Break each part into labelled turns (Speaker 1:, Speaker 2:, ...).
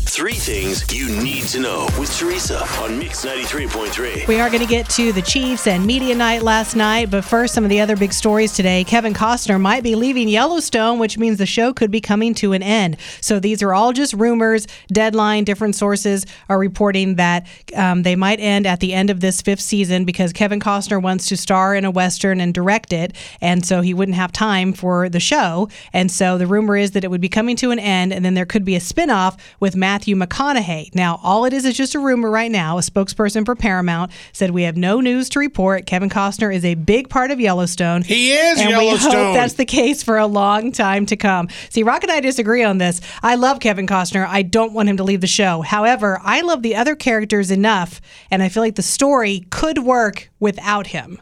Speaker 1: Three things you need to know with Teresa on Mix 93.3.
Speaker 2: We are going to get to the Chiefs and media night last night, but first, some of the other big stories today. Kevin Costner might be leaving Yellowstone, which means the show could be coming to an end. So these are all just rumors. Deadline, different sources are reporting that um, they might end at the end of this fifth season because Kevin Costner wants to star in a Western and direct it, and so he wouldn't have time for the show. And so the rumor is that it would be coming to an end, and then there could be a spinoff with Matthew McConaughey. Now, all it is is just a rumor right now. A spokesperson for Paramount said, We have no news to report. Kevin Costner is a big part of Yellowstone.
Speaker 3: He is
Speaker 2: and we
Speaker 3: Yellowstone.
Speaker 2: hope that's the case for a long time to come. See, Rock and I disagree on this. I love Kevin Costner. I don't want him to leave the show. However, I love the other characters enough, and I feel like the story could work without him.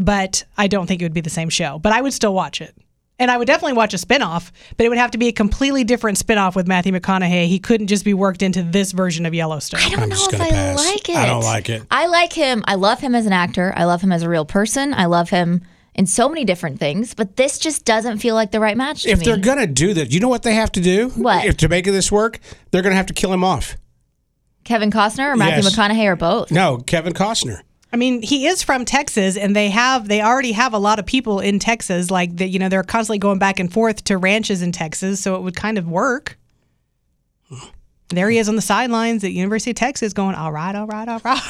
Speaker 2: But I don't think it would be the same show. But I would still watch it. And I would definitely watch a spinoff, but it would have to be a completely different spinoff with Matthew McConaughey. He couldn't just be worked into this version of Yellowstone.
Speaker 4: I don't
Speaker 3: I'm
Speaker 4: know
Speaker 3: just
Speaker 4: if
Speaker 3: gonna
Speaker 4: I
Speaker 3: pass.
Speaker 4: like it.
Speaker 3: I don't like it.
Speaker 4: I like him. I love him as an actor. I love him as a real person. I love him in so many different things, but this just doesn't feel like the right match to
Speaker 3: If
Speaker 4: me.
Speaker 3: they're gonna do that, you know what they have to do?
Speaker 4: What?
Speaker 3: If to make this work, they're gonna have to kill him off.
Speaker 4: Kevin Costner or Matthew
Speaker 3: Yes.
Speaker 4: McConaughey or both.
Speaker 3: No, Kevin Costner.
Speaker 2: I mean, he is from Texas, and they have they already have a lot of people in Texas. Like that, you know, they're constantly going back and forth to ranches in Texas, so it would kind of work. There he is on the sidelines at University of Texas, going, "All right, all right, all right,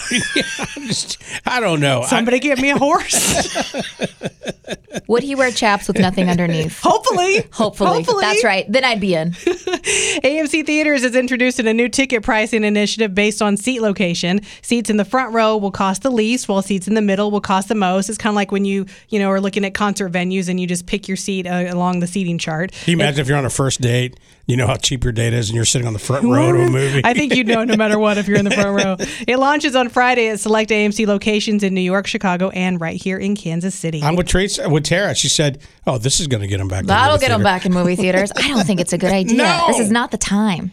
Speaker 3: I'm just, I don't know. I-
Speaker 2: somebody give me a horse."
Speaker 4: Would he wear chaps with nothing underneath?
Speaker 2: Hopefully,
Speaker 4: Hopefully. That's right. Then I'd be in.
Speaker 2: AMC Theaters is introducing a new ticket pricing initiative based on seat location. Seats in the front row will cost the least, while seats in the middle will cost the most. It's kind of like when you, you know, are looking at concert venues and you just pick your seat uh, along the seating chart.
Speaker 3: Can you imagine if you're on a first date, you know how cheap your date is, and you're sitting on the front row to a movie.
Speaker 2: I think you'd know no matter what if you're in the front row. It launches on Friday at select AMC locations in New York, Chicago, and right here in Kansas City.
Speaker 3: I'm with Teresa, with Tara. She said, "Oh, this is gonna get him back." into
Speaker 4: That'll
Speaker 3: the
Speaker 4: get him
Speaker 3: theater."
Speaker 4: back in movie theaters. I don't think it's a good idea.
Speaker 3: No.
Speaker 4: This is not the time.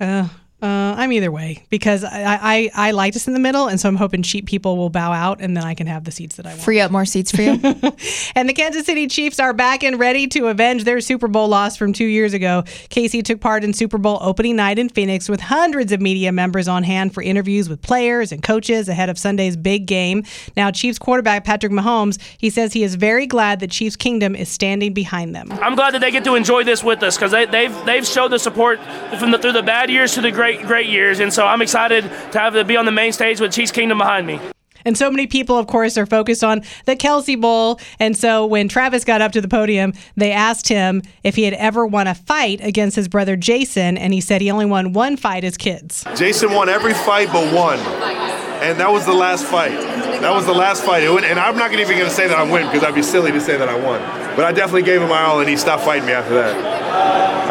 Speaker 2: Uh, I'm either way because I, I I liked us in the middle, and so I'm hoping cheap people will bow out, and then I can have the seats that I want.
Speaker 4: Free up more seats for you.
Speaker 2: And the Kansas City Chiefs are back and ready to avenge their Super Bowl loss from two years ago. Casey took part in Super Bowl opening night in Phoenix with hundreds of media members on hand for interviews with players and coaches ahead of Sunday's big game. Now, Chiefs quarterback Patrick Mahomes, he says he is very glad that Chiefs Kingdom is standing behind them.
Speaker 5: I'm glad that they get to enjoy this with us because they, they've they've showed the support from the through the bad years to the great great years, and so I'm excited to have to be on the main stage with Chiefs Kingdom behind me.
Speaker 2: And so many people, of course, are focused on the Kelsey Bowl. And so when Travis got up to the podium, they asked him if he had ever won a fight against his brother Jason, and he said he only won one fight as kids.
Speaker 6: Jason won every fight but one. And that was the last fight. That was the last fight. It went- and I'm not even going to say that I win because I'd be silly to say that I won. But I definitely gave him my all and he stopped fighting me after that.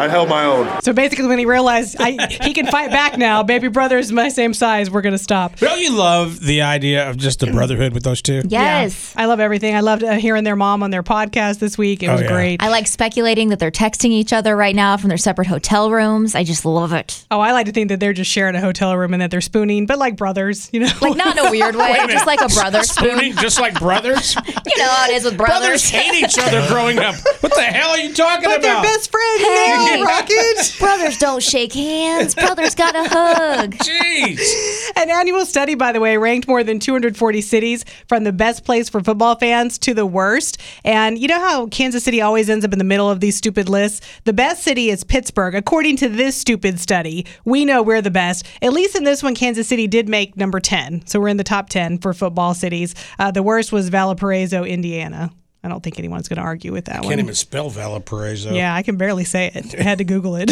Speaker 6: I held my own.
Speaker 2: So basically, when he realized I, he can fight back now, baby brother is my same size, we're going to stop.
Speaker 3: Don't you love the idea of just the brotherhood with those two?
Speaker 4: Yes.
Speaker 2: I love everything. I loved uh, hearing their mom on their podcast this week. It
Speaker 3: Oh,
Speaker 2: was
Speaker 3: yeah.
Speaker 2: great.
Speaker 4: I like speculating that they're texting each other right now from their separate hotel rooms. I just love it.
Speaker 2: oh, I like to think that they're just sharing a hotel room and that they're spooning, but like brothers, you know?
Speaker 4: Like, not in a weird way, just like a brother spoon.
Speaker 3: Spooning just like brothers.
Speaker 4: You know how it is with
Speaker 3: brothers
Speaker 4: brothers.
Speaker 3: hate each other growing up. What the hell are you talking
Speaker 2: but they're
Speaker 3: about?
Speaker 2: best friends.
Speaker 4: Hey.
Speaker 2: They're rocket.
Speaker 4: Brothers don't shake hands. Brothers got a hug.
Speaker 3: Jeez.
Speaker 2: An annual study, by the way, ranked more than 240 cities from the best place for football fans to the worst. And you know how Kansas City always ends up in the middle of these stupid lists? The best city is Pittsburgh. According to this stupid study, we know we're the best. At least in this one, Kansas City did make number 10. So we're in the top 10 for football cities. Uh, the worst was Valparaiso, Indiana. I don't think anyone's going to argue with that one.
Speaker 3: Can't even spell Valparaiso.
Speaker 2: Yeah, I can barely say it. I had to Google it.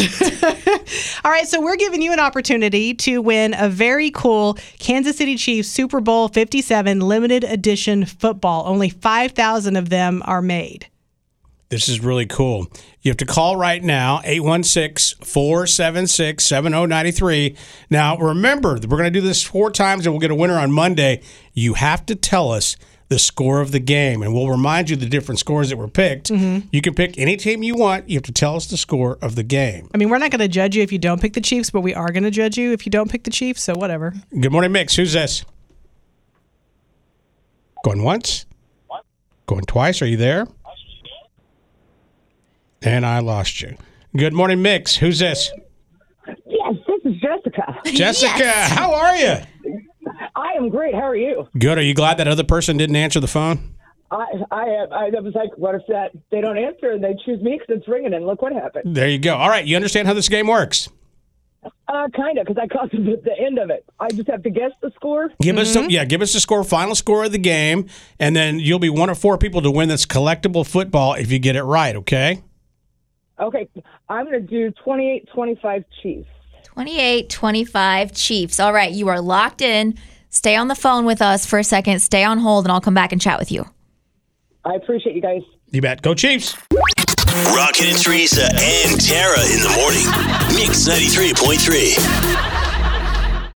Speaker 2: All right, so we're giving you an opportunity to win a very cool Kansas City Chiefs Super Bowl 57 limited edition football. Only 5,000 of them are made.
Speaker 3: This is really cool. You have to call right now, 816 476 7093. Now, remember, that we're going to do this four times and we'll get a winner on Monday. You have to tell us the score of the game, and we'll remind you the different scores that were picked. You can pick any team you want. You have to tell us the score of the game.
Speaker 2: I mean, we're not going to judge you if you don't pick the Chiefs, but we are going to judge you if you don't pick the Chiefs, so whatever.
Speaker 3: Good morning, Mix. Who's this? Going once? Going twice? Are you there? And I lost you. Good morning, Mix. Who's this?
Speaker 7: Yes, this is Jessica.
Speaker 3: Jessica,
Speaker 4: Yes.
Speaker 3: how are you?
Speaker 7: I am great. How are you?
Speaker 3: Good. Are you glad that other person didn't answer the phone?
Speaker 7: I I am. I was like, what if that they don't answer and they choose me because it's ringing? And look what happened.
Speaker 3: There you go. All right. You understand how this game works?
Speaker 7: Uh, kind of, because I caught them at the end of it. I just have to guess the score.
Speaker 3: Give us some, yeah, give us the score, final score of the game, and then you'll be one of four people to win this collectible football if you get it right, okay?
Speaker 7: Okay, I'm gonna do 28-25 Chiefs.
Speaker 4: 28 25 Chiefs. All right, you are locked in. Stay on the phone with us for a second. Stay on hold, and I'll come back and chat with you.
Speaker 7: I appreciate you guys.
Speaker 3: You bet. Go Chiefs.
Speaker 1: Rocket and Teresa and Tara in the morning. Mix 93.3.